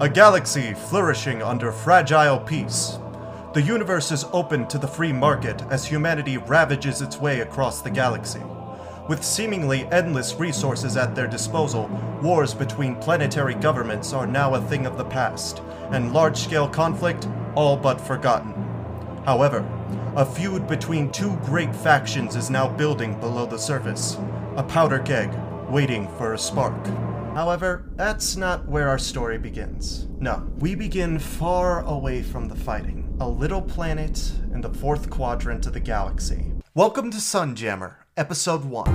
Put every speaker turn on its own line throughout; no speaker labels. a galaxy flourishing under fragile peace. The universe is open to the free market as humanity ravages its way across the galaxy. With seemingly endless resources at their disposal, wars between planetary governments are now a thing of the past, and large scale conflict all but forgotten. However, a feud between two great factions is now building below the surface, a powder keg waiting for a spark. However, that's not where our story begins. No, we begin far away from the fighting, a little planet in the fourth quadrant of the galaxy. Welcome to Sunjammer, Episode 1.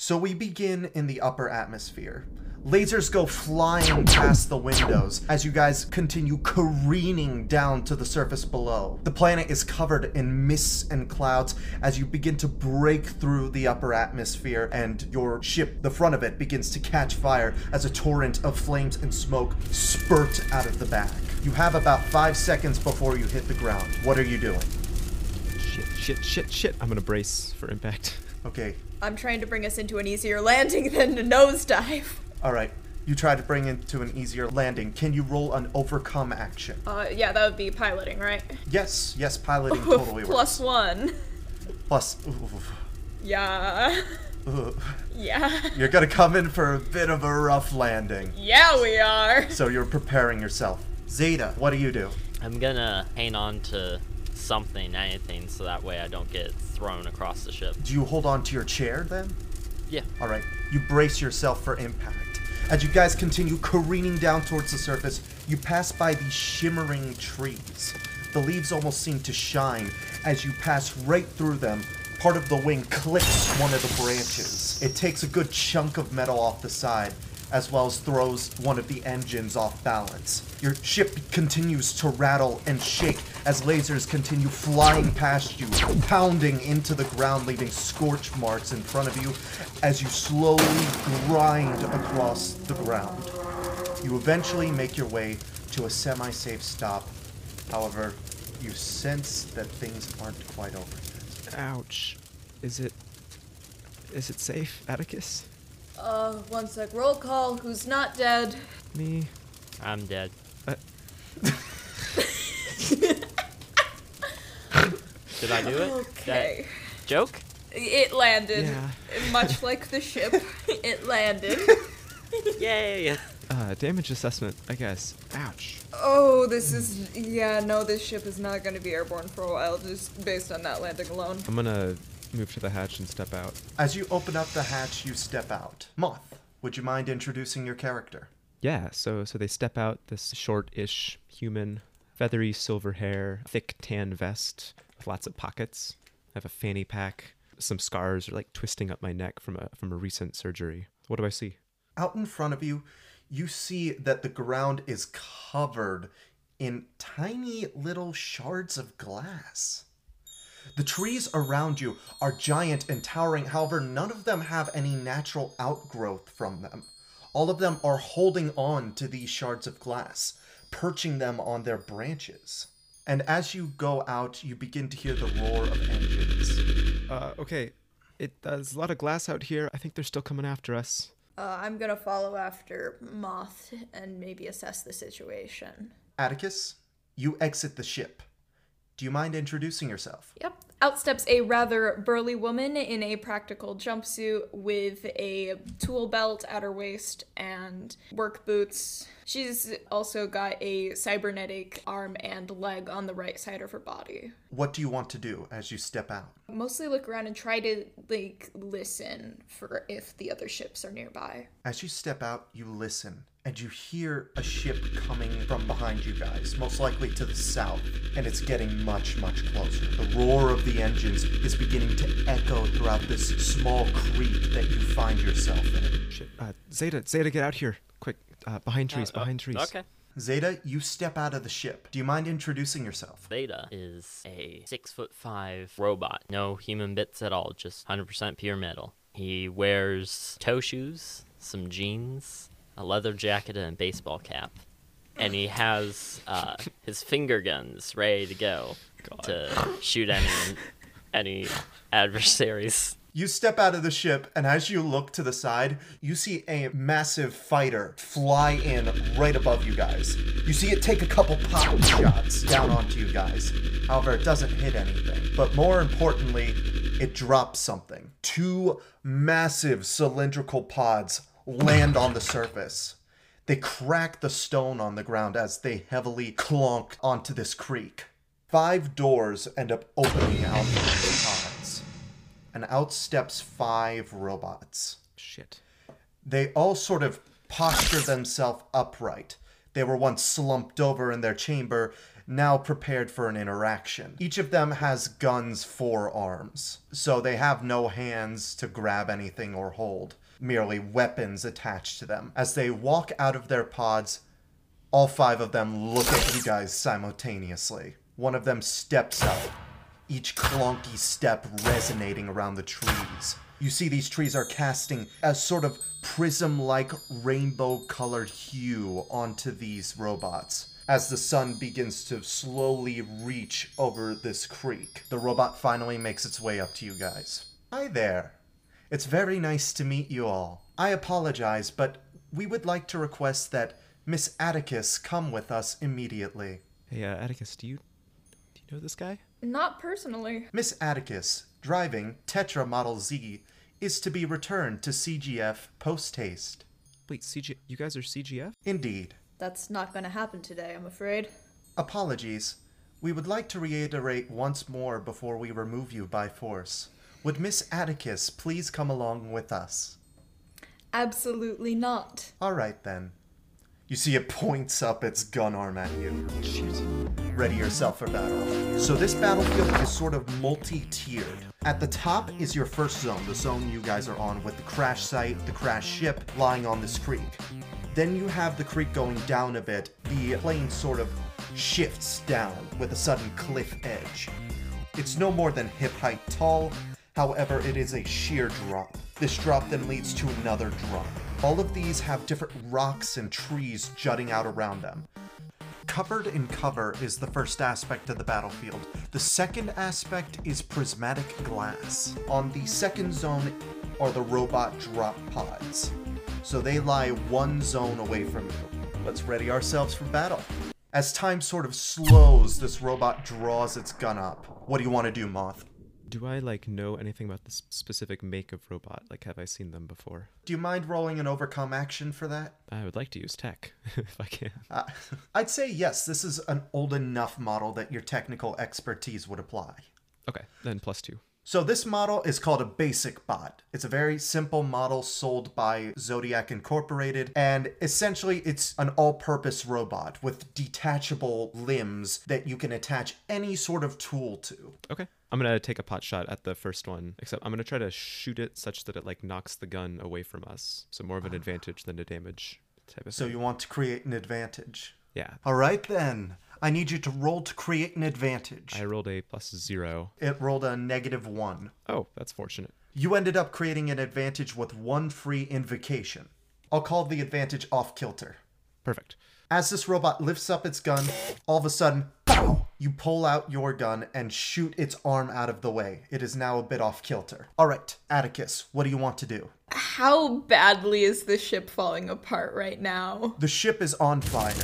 So we begin in the upper atmosphere. Lasers go flying past the windows as you guys continue careening down to the surface below. The planet is covered in mists and clouds as you begin to break through the upper atmosphere, and your ship, the front of it, begins to catch fire as a torrent of flames and smoke spurt out of the back. You have about five seconds before you hit the ground. What are you doing?
Shit, shit, shit, shit. I'm gonna brace for impact.
Okay,
I'm trying to bring us into an easier landing than a nosedive.
all right. You try to bring it to an easier landing. Can you roll an overcome action?
Uh, yeah, that would be piloting, right?
Yes, yes, piloting totally works.
Plus one.
Plus, oof,
Yeah.
oof.
Yeah.
you're gonna come in for a bit of a rough landing,
Yeah, we are.
so you're preparing yourself. Zeta, what do you do?
I'm gonna hang on to something, anything, so that way I don't get thrown across the ship.
Do you hold on to your chair then?
Yeah.
All right, you brace yourself for impact. As you guys continue careening down towards the surface, you pass by the shimmering trees. The leaves almost seem to shine as you pass right through them. Part of the wing clips one of the branches. It takes a good chunk of metal off the side, as well as throws one of the engines off balance. Your ship continues to rattle and shake as lasers continue flying past you, pounding into the ground, leaving scorch marks in front of you as you slowly grind across the ground. You eventually make your way to a semi safe stop. However, you sense that things aren't quite over yet.
Ouch. Is it. Is it safe, Atticus?
Uh, one sec. Roll call. Who's not dead?
Me?
I'm dead.
Uh,
Did I do it?
Okay.
That joke?
It landed.
Yeah.
Much like the ship, it landed.
Yay!
uh, damage assessment, I guess. Ouch.
Oh, this is. Yeah, no, this ship is not gonna be airborne for a while, just based on that landing alone.
I'm gonna move to the hatch and step out.
As you open up the hatch, you step out. Moth, would you mind introducing your character?
Yeah, so so they step out, this short-ish human, feathery silver hair, thick tan vest with lots of pockets. I have a fanny pack. Some scars are like twisting up my neck from a from a recent surgery. What do I see?
out in front of you, you see that the ground is covered in tiny little shards of glass. The trees around you are giant and towering, however, none of them have any natural outgrowth from them. All of them are holding on to these shards of glass, perching them on their branches. And as you go out, you begin to hear the roar of engines.
Uh, okay. It there's a lot of glass out here. I think they're still coming after us.
Uh, I'm gonna follow after Moth and maybe assess the situation.
Atticus, you exit the ship. Do you mind introducing yourself?
Yep. Out steps a rather burly woman in a practical jumpsuit with a tool belt at her waist and work boots. She's also got a cybernetic arm and leg on the right side of her body.
What do you want to do as you step out?
Mostly look around and try to, like, listen for if the other ships are nearby.
As you step out, you listen, and you hear a ship coming from behind you guys, most likely to the south, and it's getting much, much closer. The roar of the engines is beginning to echo throughout this small creek that you find yourself in.
Shit. Uh, Zeta, Zeta, get out here, quick! Uh, behind trees, behind trees.
Okay.
Zeta, you step out of the ship. Do you mind introducing yourself?
Theta is a six foot five robot. No human bits at all, just 100% pure metal. He wears toe shoes, some jeans, a leather jacket, and a baseball cap. And he has uh, his finger guns ready to go to shoot any any adversaries.
You step out of the ship, and as you look to the side, you see a massive fighter fly in right above you guys. You see it take a couple pop shots down onto you guys. However, it doesn't hit anything. But more importantly, it drops something. Two massive cylindrical pods land on the surface. They crack the stone on the ground as they heavily clonk onto this creek. Five doors end up opening out of the pods and out steps five robots.
Shit.
They all sort of posture themselves upright. They were once slumped over in their chamber, now prepared for an interaction. Each of them has guns for arms, so they have no hands to grab anything or hold, merely weapons attached to them. As they walk out of their pods, all five of them look at you guys simultaneously. One of them steps up, each clunky step resonating around the trees. You see these trees are casting a sort of prism like rainbow colored hue onto these robots. As the sun begins to slowly reach over this creek, the robot finally makes its way up to you guys. Hi there. It's very nice to meet you all. I apologize, but we would like to request that Miss Atticus come with us immediately.
Hey, uh, Atticus, do you do you know this guy?
Not personally.
Miss Atticus, driving Tetra Model Z, is to be returned to CGF post haste.
Wait, CG. You guys are CGF?
Indeed.
That's not going to happen today, I'm afraid.
Apologies. We would like to reiterate once more before we remove you by force. Would Miss Atticus please come along with us?
Absolutely not.
All right then. You see, it points up its gun arm at you. Ready yourself for battle. So, this battlefield is sort of multi tiered. At the top is your first zone, the zone you guys are on with the crash site, the crash ship lying on this creek. Then you have the creek going down a bit, the plane sort of shifts down with a sudden cliff edge. It's no more than hip height tall, however, it is a sheer drop. This drop then leads to another drop. All of these have different rocks and trees jutting out around them. Covered in cover is the first aspect of the battlefield. The second aspect is prismatic glass. On the second zone are the robot drop pods. So they lie one zone away from you. Let's ready ourselves for battle. As time sort of slows, this robot draws its gun up. What do you want to do, Moth?
Do I like know anything about this specific make of robot? Like, have I seen them before?
Do you mind rolling an overcome action for that?
I would like to use tech if I can.
Uh, I'd say yes, this is an old enough model that your technical expertise would apply.
Okay, then plus two.
So, this model is called a basic bot. It's a very simple model sold by Zodiac Incorporated, and essentially it's an all purpose robot with detachable limbs that you can attach any sort of tool to.
Okay. I'm gonna take a pot shot at the first one, except I'm gonna try to shoot it such that it like knocks the gun away from us. So more of an advantage than a damage type of
Ah. So,
thing.
you want to create an advantage.
yeah.
All right, then. I need you to roll to create an advantage.
I rolled a plus zero.
It rolled a negative one.
Oh, that's fortunate.
You ended up creating an advantage with one free invocation. I'll call the advantage off kilter.
Perfect.
As this robot lifts up its gun, all of a sudden, pow! You pull out your gun and shoot its arm out of the way. It is now a bit off kilter. All right, Atticus, what do you want to do?
How badly is the ship falling apart right now?
The ship is on fire.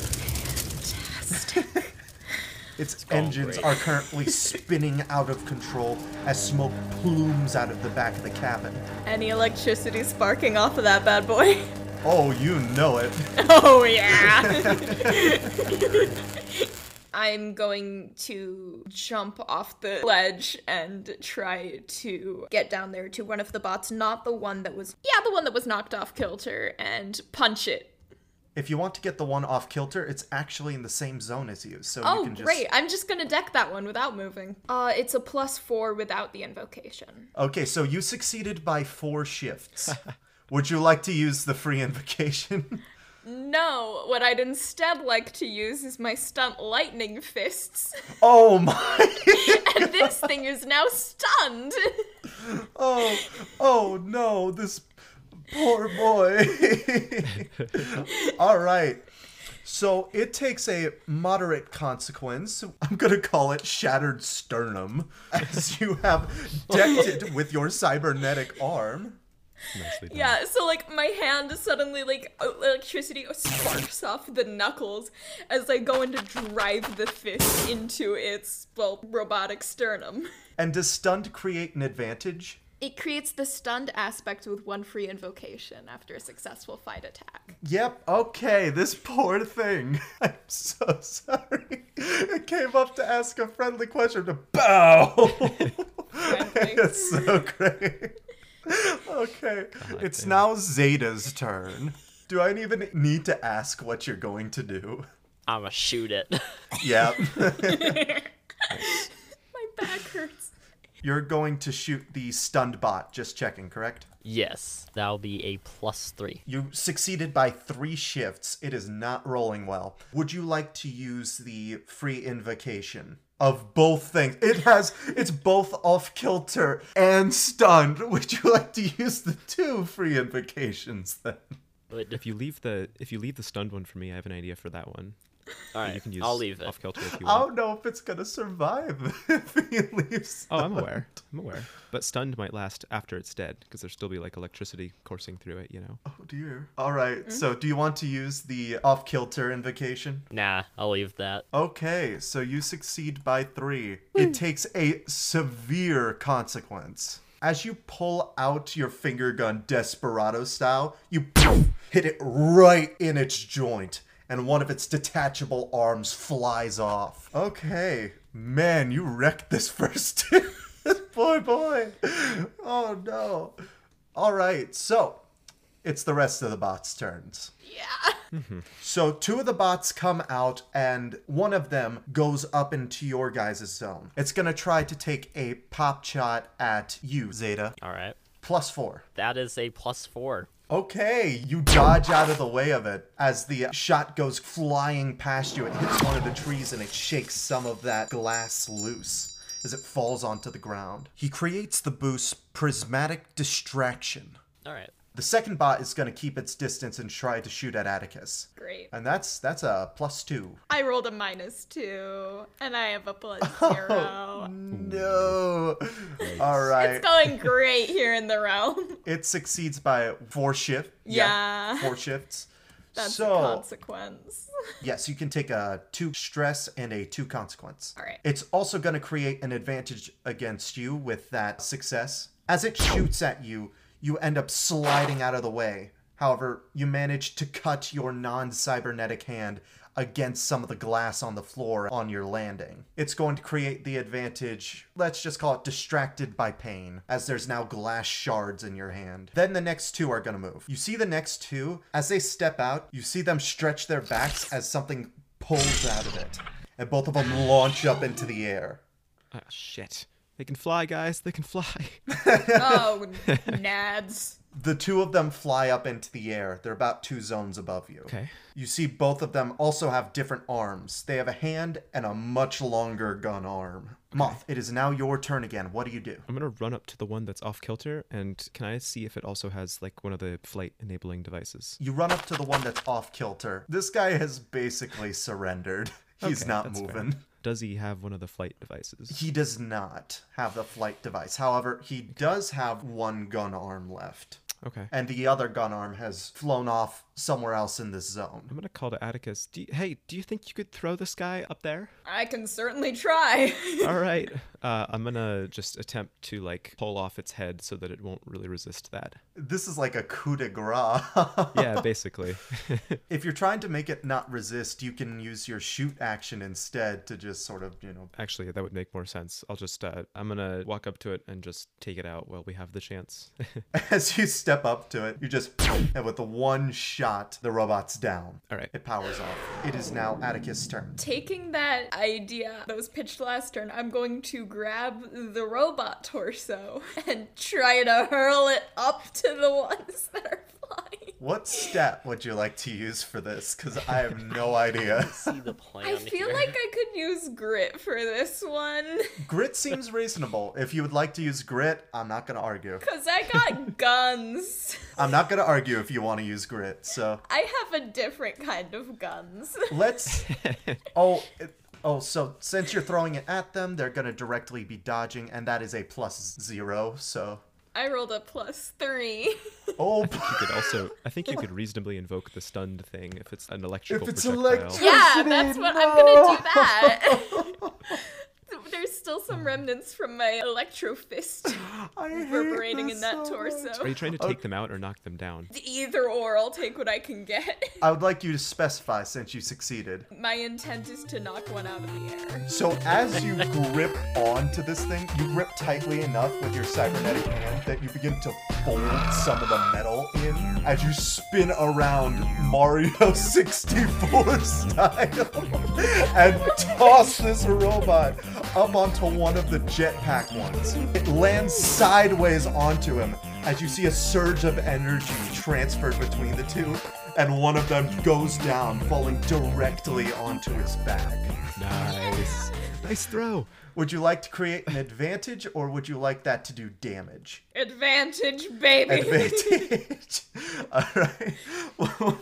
its engines
great.
are currently spinning out of control as smoke plumes out of the back of the cabin.
Any electricity sparking off of that bad boy?
Oh, you know it.
Oh, yeah. I'm going to jump off the ledge and try to get down there to one of the bots, not the one that was, yeah, the one that was knocked off kilter, and punch it.
If you want to get the one off kilter, it's actually in the same zone as you, so you
Oh,
can just.
great. I'm just going to deck that one without moving. Uh, it's a plus four without the invocation.
Okay, so you succeeded by four shifts. Would you like to use the free invocation?
No, what I'd instead like to use is my stunt lightning fists.
oh my!
and this thing is now stunned.
Oh, oh no! This poor boy. All right. So it takes a moderate consequence. I'm going to call it shattered sternum, as you have decked it with your cybernetic arm.
Nicely done.
Yeah, so like my hand suddenly like electricity sparks off the knuckles as I go in to drive the fist into its well robotic sternum.
And does stunned create an advantage?
It creates the stunned aspect with one free invocation after a successful fight attack.
Yep, okay, this poor thing. I'm so sorry. It came up to ask a friendly question to bow. it's so great. Okay, it's
damn.
now Zeta's turn. Do I even need to ask what you're going to do?
I'ma shoot it.
Yep.
My back hurts.
You're going to shoot the stunned bot, just checking, correct?
yes, that'll be a plus three.
You succeeded by three shifts. It is not rolling well. Would you like to use the free invocation of both things? It has, it's both off kilter and stunned. Would you like to use the two free invocations then?
Would-
If you leave the if you leave the stunned one for me, I have an idea for that one.
all right,
You can use
I'll leave it.
off kilter if you
I don't
want.
know if it's gonna survive if he leaves.
Oh, I'm aware. I'm aware. But stunned might last after it's dead because there'll still be like electricity coursing through it. You know.
Oh dear. All right, So, do you want to use the off kilter invocation?
Nah, I'll leave that.
Okay, so you succeed by three. It takes a severe consequence. As you pull out your finger gun desperado style, you hit it right in its joint, and one of its detachable arms flies off. Okay, man, you wrecked this first. boy, boy. Oh no. All right, so it's the rest of the bots' turns. So two of the bots come out, and one of them goes up into your guys' zone. It's gonna try to take a pop shot at you, Zeta.
All right,
Plus four.
that is a plus four.
Okay, you dodge out of the way of it as the shot goes flying past you. It hits one of the trees and it shakes some of that glass loose as it falls onto the ground. He creates the boost Prismatic Distraction.
All right,
The second bot is gonna keep its distance and try to shoot at Atticus.
Great.
And that's that's a plus two.
I rolled a minus two, and I have a plus zero.
No. All right.
It's going great here in the realm.
It succeeds by four shift.
Yeah.
four shifts.
That's
so
a consequence.
yes, you can take a two stress and a two consequence.
All right.
It's also going to create an advantage against you with that success. As it shoots at you, you end up sliding out of the way. However, you manage to cut your non cybernetic hand against some of the glass on the floor on your landing. It's going to create the advantage, let's just call it distracted by pain, as there's now glass shards in your hand. Then the next two are going to move. You see the next two, as they step out, you see them stretch their backs as something pulls out of it. And both of them launch up into the air.
Ah, shit. They can fly, guys. They can fly.
oh, nads.
The two of them fly up into the air. They're about two zones above you.
Okay.
You see, both of them also have different arms. They have a hand and a much longer gun arm. Moth, it is now your turn again. What do you do?
I'm gonna run up to the one that's off kilter, and can I see if it also has like one of the flight enabling devices?
You run up to the one that's off kilter. This guy has basically surrendered. He's
Okay,
not
that's fair.
moving.
Does he have one of the flight devices?
He does not have the flight device. However, he does have one gun arm left.
Okay.
And the other gun arm has flown off somewhere else in this zone.
I'm gonna call to Atticus. Do you, hey, do you think you could throw this guy up there?
I can certainly try.
All right. Uh, I'm gonna just attempt to like pull off its head so that it won't really resist that.
This is like a coup de grace.
Yeah, basically.
If you're trying to make it not resist, you can use your shoot action instead to just sort of, you know.
Actually, that would make more sense. I'll just uh, I'm gonna walk up to it and just take it out while we have the chance.
As you step up to it, you just. And with the one shot, the robot's down.
All right.
It powers off. It is now Atticus' turn.
Taking that idea that was pitched last turn, I'm going to grab the robot torso and try to hurl it up to the ones that are flying.
What stat would you like to use for this? Because I have no idea.
See the plan.
I feel
here.
like I could use grit for this one.
grit seems reasonable. If you would like to use grit, I'm not going to argue.
Because I got guns.
I'm not going to argue if you want to use grit. So
I have a different kind of guns.
let's. Oh, it- oh. So since you're throwing it at them, they're going to directly be dodging, and that is a plus zero. So.
I rolled a plus three.
Oh.
You could also, I think you could reasonably invoke the stunned thing if it's an electrical
it's
projectile.
elect-
yeah,
Felicity,
that's what I'm gonna
no.
do that. There's still some remnants from my electro fist
I hate
reverberating
this
in that
so
torso.
much.
Are you trying to take them out or knock them down?
Either or, I'll take what I can get.
I would like you to specify since you succeeded.
My intent is to knock one out of the air.
So as you grip onto this thing, you grip tightly enough with your cybernetic hand that you begin to fold some of the metal in as you spin around Mario 64 style and toss this robot up onto one of the jetpack ones. It lands sideways onto him as you see a surge of energy transferred between the two, and one of them goes down, falling directly onto his back.
Nice. Nice throw.
Would you like to create an advantage or would you like that to do damage?
Advantage, baby.
Advantage. All right. We'll,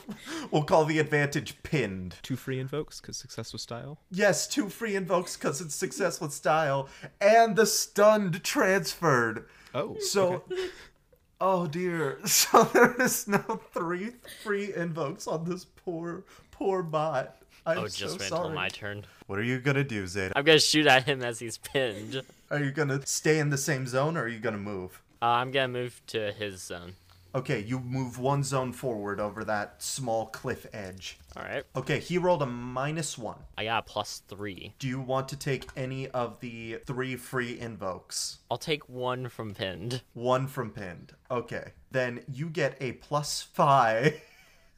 we'll call the advantage pinned.
Two free invokes because success was style.
Yes, two free invokes because it's success with style and the stunned transferred.
Oh.
So, oh dear. So there is no three free invokes on this poor, poor bot. I'm
Oh,
so
just wait until
sorry.
my turn.
What are you gonna do, Zeta?
I'm gonna shoot at him as he's pinned. Uh,
Are you gonna stay in the same zone or are you gonna move?
I'm gonna move to his zone.
Okay, you move one zone forward over that small cliff edge.
All right.
Okay, he rolled a minus one.
I got a plus three.
Do you want to take any of the three free invokes?
I'll take one from pinned.
One from pinned. Okay, then you get a plus five.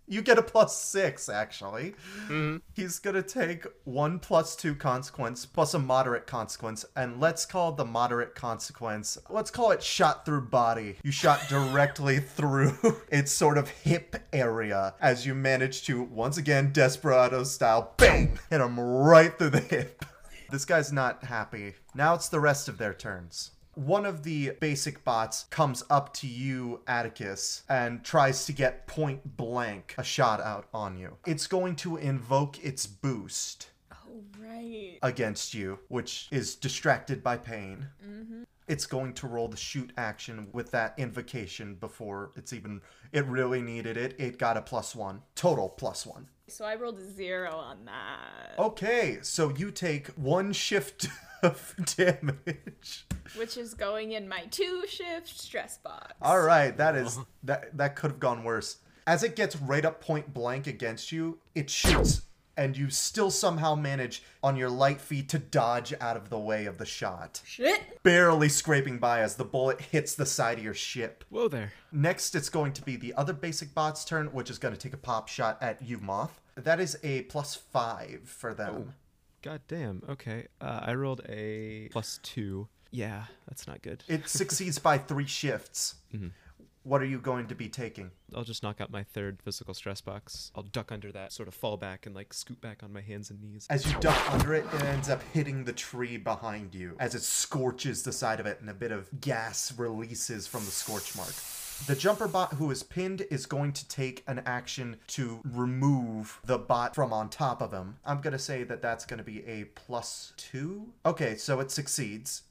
You get a plus six, actually. He's gonna take one plus two consequence plus a moderate consequence, and let's call the moderate consequence, let's call it shot through body. You shot directly through its sort of hip area as you manage to, once again, desperado style, bang, hit him right through the hip. This guy's not happy. Now it's the rest of their turns. One of the basic bots comes up to you, Atticus, and tries to get point blank a shot out on you. It's going to invoke its boost
Oh, right.
against you, which is distracted by pain. It's going to roll the shoot action with that invocation before it's even. It really needed it. It got a plus one. Total plus one.
So I rolled a zero on that,
Okay, so you take one shift of damage.
which is going in my two shift stress box.
All right, that is that that could have gone worse. As it gets right up point blank against you, it shoots and you still somehow manage on your light feet to dodge out of the way of the shot,
Shit.
barely scraping by as the bullet hits the side of your ship.
Whoa there.
Next, it's going to be the other basic bot's turn, which is going to take a pop shot at you, Moth. That is a plus 5 for them.
God damn. Okay. Uh, I rolled a plus two. Yeah, that's not good.
It succeeds by 3 shifts. What are you going to be taking?
I'll just knock out my third physical stress box. I'll duck under that, sort of fall back and like scoot back on my hands and knees.
As you duck under it, it ends up hitting the tree behind you as it scorches the side of it and a bit of gas releases from the scorch mark. The jumper bot who is pinned is going to take an action to remove the bot from on top of him. I'm going to say that that's going to be a plus two. Okay, so it succeeds.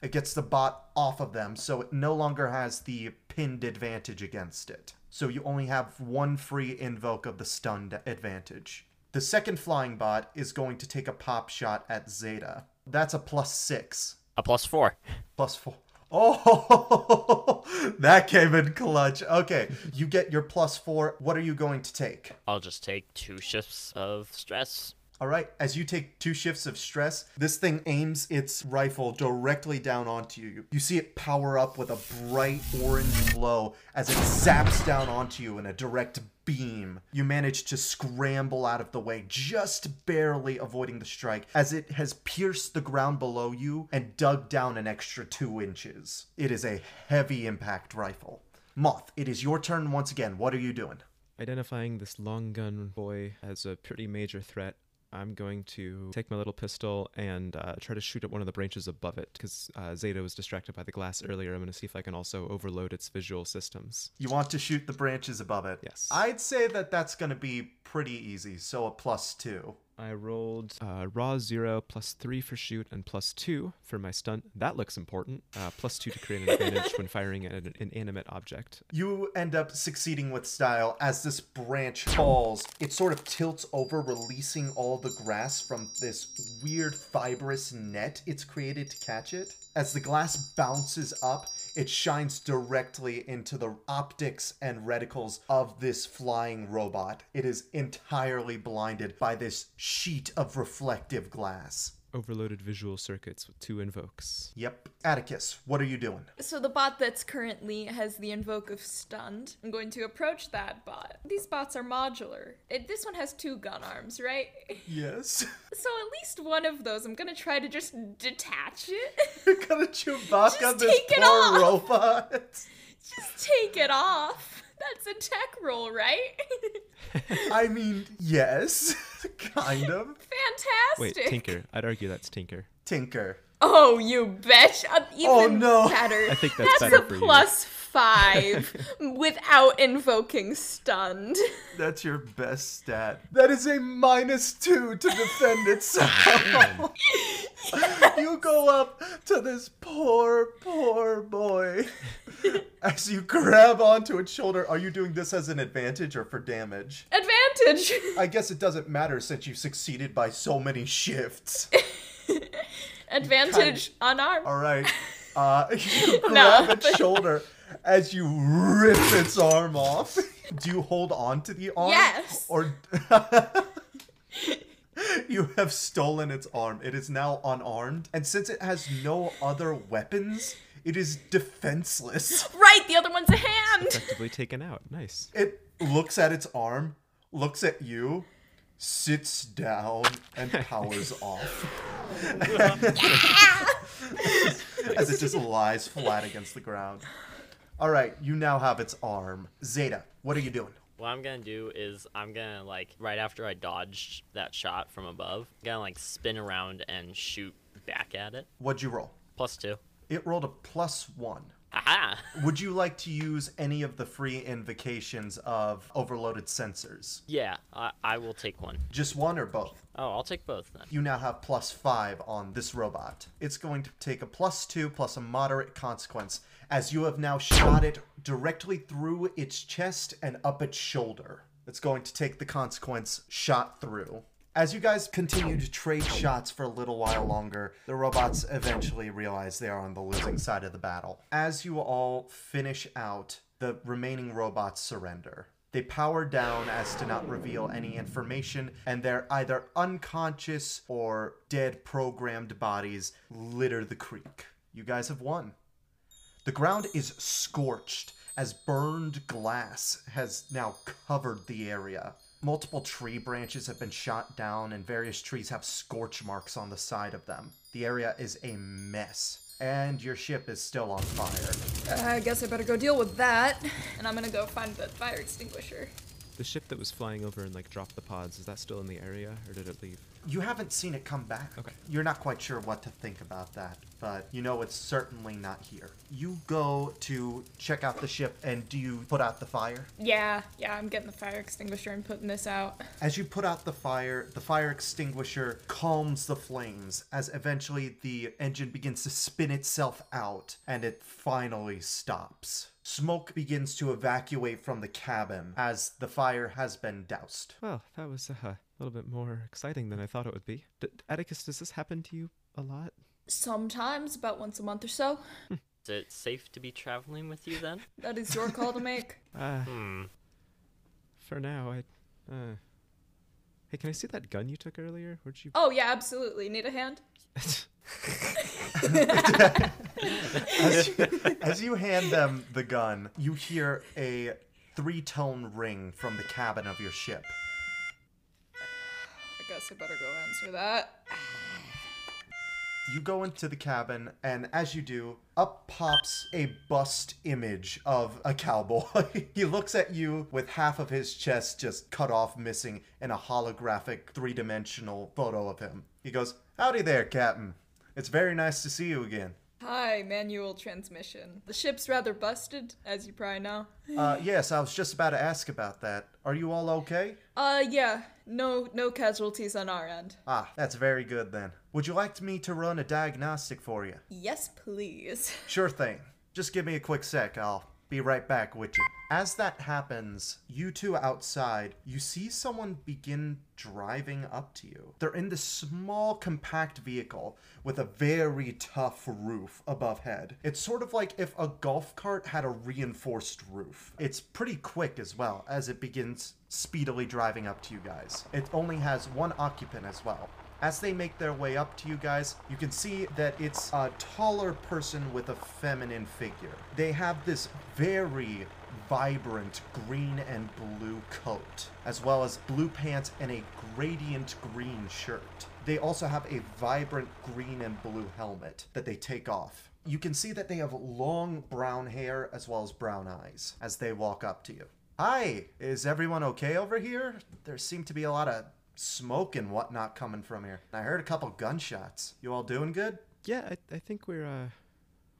It gets the bot off of them, so it no longer has the pinned advantage against it. So you only have one free invoke of the stunned advantage. The second flying bot is going to take a pop shot at Zeta. That's a plus six.
A plus four.
Plus four. Oh, that came in clutch. Okay, you get your plus four. What are you going to take?
I'll just take two shifts of stress.
All right, as you take two shifts of stress, this thing aims its rifle directly down onto you. You see it power up with a bright orange glow as it zaps down onto you in a direct beam. You manage to scramble out of the way, just barely avoiding the strike, as it has pierced the ground below you and dug down an extra two inches. It is a heavy impact rifle. Moth, it is your turn once again. What are you doing?
Identifying this long gun boy as a pretty major threat, I'm going to take my little pistol and uh, try to shoot at one of the branches above it because uh, Zeta was distracted by the glass earlier. I'm going to see if I can also overload its visual systems.
You want to shoot the branches above it.
Yes.
I'd say that that's going to be pretty easy, so a plus two.
I rolled uh, raw zero plus three for shoot and plus two for my stunt. That looks important. Uh, plus two to create an advantage when firing at an inanimate object.
You end up succeeding with style as this branch falls. It sort of tilts over, releasing all the grass from this weird fibrous net it's created to catch it. As the glass bounces up, it shines directly into the optics and reticles of this flying robot. It is entirely blinded by this sheet of reflective glass.
Overloaded visual circuits with two invokes.
Yep. Atticus, what are you doing?
So the bot that's currently has the invoke of stunned. I'm going to approach that bot. These bots are modular. It, this one has two gun arms, right?
Yes.
So at least one of those, I'm gonna try to just detach it.
You're gonna Chewbacca
Just
this
take it
poor
off.
robot.
just take it off. That's a tech roll, right?
I mean, yes, kind of.
Wait,
Fantastic.
Tinker. I'd argue that's Tinker.
Tinker.
Oh, you betch. Uh, even
Oh, no.
better.
I think that's
That's
better
a
for you.
plus five without invoking stunned.
That's your best stat. That is a minus two to defend itself. you go up to this poor, poor boy. As you grab onto its shoulder, are you doing this as an advantage or for damage?
Advantage.
I guess it doesn't matter since you succeeded by so many shifts.
Advantage unarmed.
All right. Uh, you
No.
grab its shoulder as you rip its arm off. Do you hold on to the arm?
Yes.
Or you have stolen its arm. It is now unarmed, and since it has no other weapons, it is defenseless.
Right, the other one's a hand.
Effectively taken out. Nice.
It looks at its arm, looks at you, sits down, and powers off. As it just lies flat against the ground. All right, you now have its arm. Zeta, what are you doing?
What I'm gonna do is I'm gonna like right after I dodged that shot from above, I'm gonna like spin around and shoot back at it.
What'd you roll?
Plus two.
It rolled a plus one.
Haha!
Would you like to use any of the free invocations of overloaded sensors?
Yeah, I, I will take one.
Just one or both?
Oh, I'll take both then.
you now have plus five on this robot. It's going to take a plus two plus a moderate consequence, as you have now shot it directly through its chest and up its shoulder. It's going to take the consequence shot through. As you guys continue to trade shots for a little while longer, the robots eventually realize they are on the losing side of the battle. As you all finish out, the remaining robots surrender. They power down as to not reveal any information, and their either unconscious or dead programmed bodies litter the creek. You guys have won. The ground is scorched as burned glass has now covered the area. Multiple tree branches have been shot down, and various trees have scorch marks on the side of them. The area is a mess, and your ship is still on fire.
I guess I better go deal with that.
And I'm gonna go find the fire extinguisher.
The ship that was flying over and like dropped the pods, is that still in the area or did it leave?
You haven't seen it come back.
Okay.
You're not quite sure what to think about that, but you know it's certainly not here. You go to check out the ship, and do you put out the fire?
Yeah, yeah, I'm getting the fire extinguisher and putting this out.
As you put out the fire, the fire extinguisher calms the flames as eventually the engine begins to spin itself out and it finally stops. Smoke begins to evacuate from the cabin as the fire has been doused.
Well, that was uh, a little bit more exciting than I thought it would be. D- Atticus, does this happen to you a lot?
Sometimes, about once a month or so.
Is it safe to be traveling with you then?
That is your call to make.
Uh,
Hmm.
for now, I. Uh... Hey, can I see that gun you took earlier? Where'd you?
Oh, yeah, absolutely. Need a hand?
as, you, as you hand them the gun, you hear a three tone ring from the cabin of your ship.
I guess I better go answer that.
You go into the cabin, and as you do, up pops a bust image of a cowboy. he looks at you with half of his chest just cut off, missing, and a holographic three dimensional photo of him. He goes, Howdy there, Captain. It's very nice to see you again.
Hi, manual transmission. The ship's rather busted, as you probably know.
Uh, yes, I was just about to ask about that. Are you all okay?
Uh, yeah, no, no casualties on our end.
Ah, that's very good then. Would you like me to run a diagnostic for you?
Yes, please.
Sure thing. Just give me a quick sec. I'll be right back with you. As that happens, you two outside, you see someone begin driving up to you. They're in this small, compact vehicle with a very tough roof above head. It's sort of like if a golf cart had a reinforced roof. It's pretty quick as well as it begins speedily driving up to you guys. It only has one occupant as well. As they make their way up to you guys, you can see that it's a taller person with a feminine figure. They have this very vibrant green and blue coat, as well as blue pants and a gradient green shirt. They also have a vibrant green and blue helmet that they take off. You can see that they have long brown hair as well as brown eyes as they walk up to you. Hi, is everyone okay over here? There seem to be a lot of smoke and whatnot coming from here. I heard a couple gunshots. You all doing good?
Yeah, I, I think we're uh,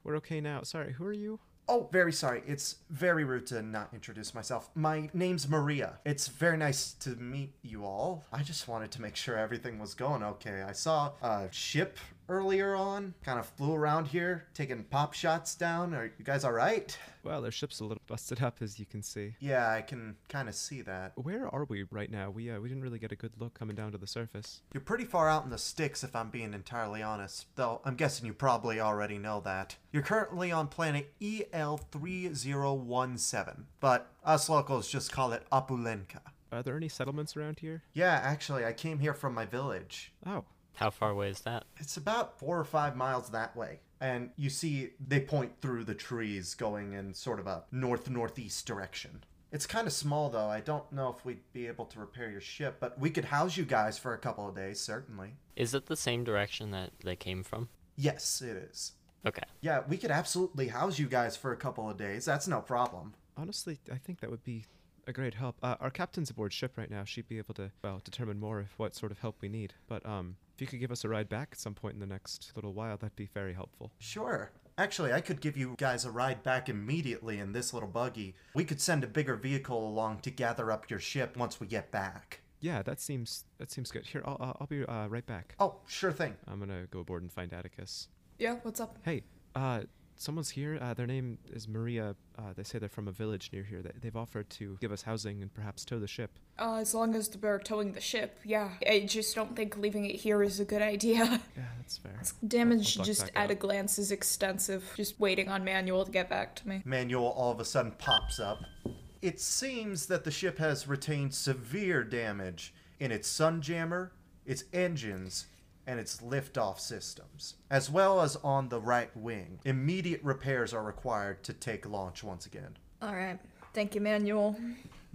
we're okay now. Sorry, who are you?
Oh, very sorry. It's very rude to not introduce myself. My name's Maria. It's very nice to meet you all. I just wanted to make sure everything was going okay. I saw a ship earlier on, kind of flew around here, taking pop shots down. Are you guys all right?
Well, their ship's a little busted up, as you can see.
Yeah, I can kind of see that.
Where are we right now? We uh, we didn't really get a good look coming down to the surface.
You're pretty far out in the sticks, if I'm being entirely honest, though I'm guessing you probably already know that. You're currently on planet E EL3017, but us locals just call it Apulenka.
Are there any settlements around here?
Yeah, actually, I came here from my village.
Oh,
How far away is that?
It's about four or five miles that way. And you see they point through the trees going in sort of a north northeast direction. It's kind of small though. I don't know if we'd be able to repair your ship, but we could house you guys for a couple of days, certainly.
Is it the same direction that they came from?
Yes, it is.
Okay.
Yeah, we could absolutely house you guys for a couple of days. That's no problem.
honestly, I think that would be a great help. Uh, our captain's aboard ship right now. She'd be able to well determine more of what sort of help we need. But um, if you could give us a ride back at some point in the next little while, that'd be very helpful.
Sure. Actually, I could give you guys a ride back immediately in this little buggy. We could send a bigger vehicle along to gather up your ship once we get back.
Yeah, that seems that seems good. Here, I'll I'll- I'll be uh, right back.
Oh, sure thing.
I'm gonna go aboard and find Atticus.
Yeah, what's up?
Hey, uh, someone's here. Uh, their name is Maria. Uh, they say they're from a village near here. They, they've offered to give us housing and perhaps tow the ship.
Uh, as long as they're towing the ship, yeah. I just don't think leaving it here is a good idea.
Yeah, that's fair.
Damage
I'll duck
just
back
at a
up.
glance is extensive. Just waiting on manual to get back to me.
manual all of a sudden pops up. It seems that the ship has retained severe damage in its sunjammer, its engines, and its liftoff systems, as well as on the right wing. Immediate repairs are required to take launch once again.
All right.
Thank you, manual.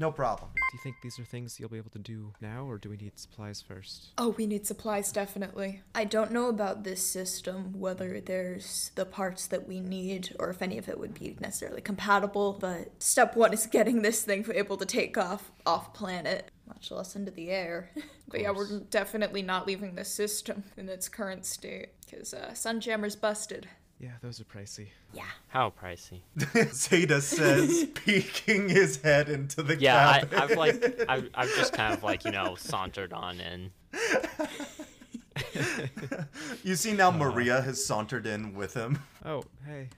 No problem.
Do you think these are things you'll be able to do now, or do we need supplies first?
Oh, we need supplies definitely.
I don't know about this system, whether there's the parts that we need or if any of it would be necessarily compatible, but step one is getting this thing able to take off off planet, much less into the air.
But yeah,
course.
we're definitely not leaving the system in its current state because uh, Sunjammer's busted.
Yeah, those are pricey.
How pricey?
Zeta says, peeking his head into the
Yeah, I,
cabin.
I've like, I've, I've just kind of like, you know, sauntered on in.
you see now
Uh-huh.
Maria has sauntered in with him.
Oh, hey.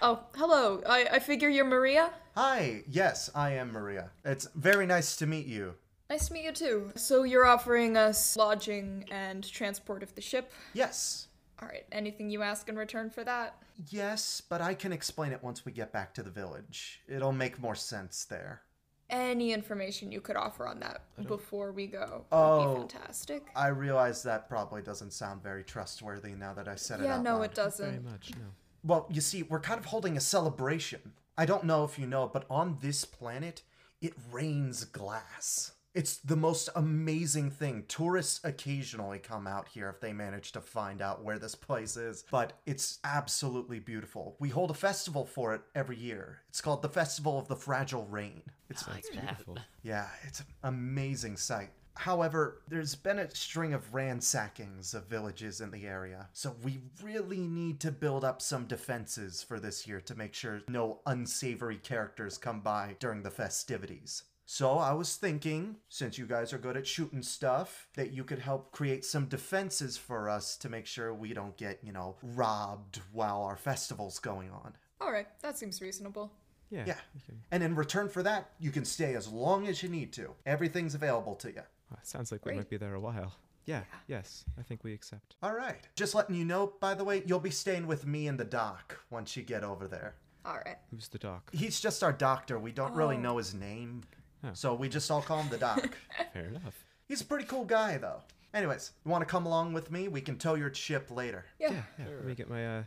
Oh, hello. I, I figure you're Maria.
Hi, yes, I am Maria. It's very nice to meet you.
Nice to meet you too. So you're offering us lodging and transport of the ship.
Yes,
All right. Anything you ask in return for that?
Yes, but I can explain it once we get back to the village. It'll make more sense there.
Any information you could offer on that before we go would
Oh.
be fantastic.
I realize that probably doesn't sound very trustworthy now that I said it
yeah,
out
no,
loud.
it
Very
doesn't.
much, no.
Well, you see, we're kind of holding a celebration. I don't know if you know, but on this planet, it rains glass. It's the most amazing thing. Tourists occasionally come out here if they manage to find out where this place is, but it's absolutely beautiful. We hold a festival for it every year. It's called the Festival of the Fragile Rain. It's
I like that.
Beautiful.
yeah, it's an amazing sight. However, there's been a string of ransackings of villages in the area, so we really need to build up some defenses for this year to make sure no unsavory characters come by during the festivities. So I was thinking, since you guys are good at shooting stuff, that you could help create some defenses for us to make sure we don't get, you know, robbed while our festival's going on.
All right, that seems reasonable.
Yeah.
Yeah.
we can-
And in return for that, you can stay as long as you need to. Everything's available to you.
Well, it sounds like we might
Great.
be there a while. Yeah, Yes. I think we accept.
All right. Just letting you know, by the way, you'll be staying with me and the doc once you get over there.
All right.
Who's the doc?
He's just our doctor. We don't really know his name.
Oh.
So we just all call him the doc.
Fair enough.
He's a pretty cool guy, though. Anyways, you want to come along with me? We can tow your ship later.
Yeah.
Yeah. yeah. Let me get my uh,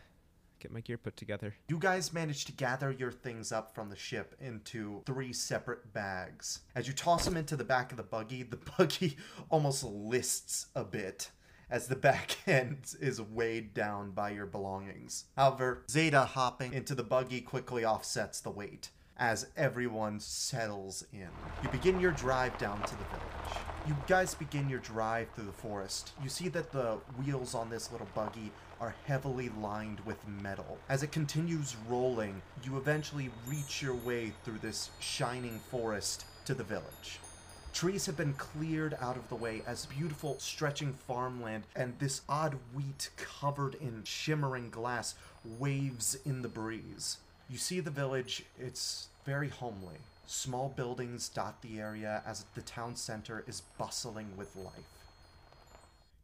get my gear put together.
You guys manage to gather your things up from the ship into three separate bags. As you toss them into the back of the buggy, the buggy almost lists a bit as the back end is weighed down by your belongings. However, Zeta hopping into the buggy quickly offsets the weight as everyone settles in. You begin your drive down to the village. You guys begin your drive through the forest. You see that the wheels on this little buggy are heavily lined with metal. As it continues rolling, you eventually reach your way through this shining forest to the village. Trees have been cleared out of the way as beautiful stretching farmland and this odd wheat covered in shimmering glass waves in the breeze. You see the village, it's very homely. Small buildings dot the area as the town center is bustling with life.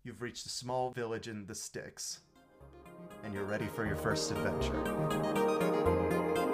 You've reached a small village in the sticks, and you're ready for your first adventure.